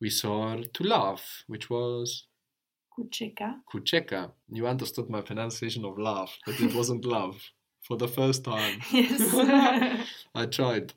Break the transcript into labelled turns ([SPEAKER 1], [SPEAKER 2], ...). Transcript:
[SPEAKER 1] we saw to love, which was
[SPEAKER 2] Kucheka.
[SPEAKER 1] Kucheka. You understood my pronunciation of love, but it wasn't love for the first time.
[SPEAKER 2] Yes.
[SPEAKER 1] I tried.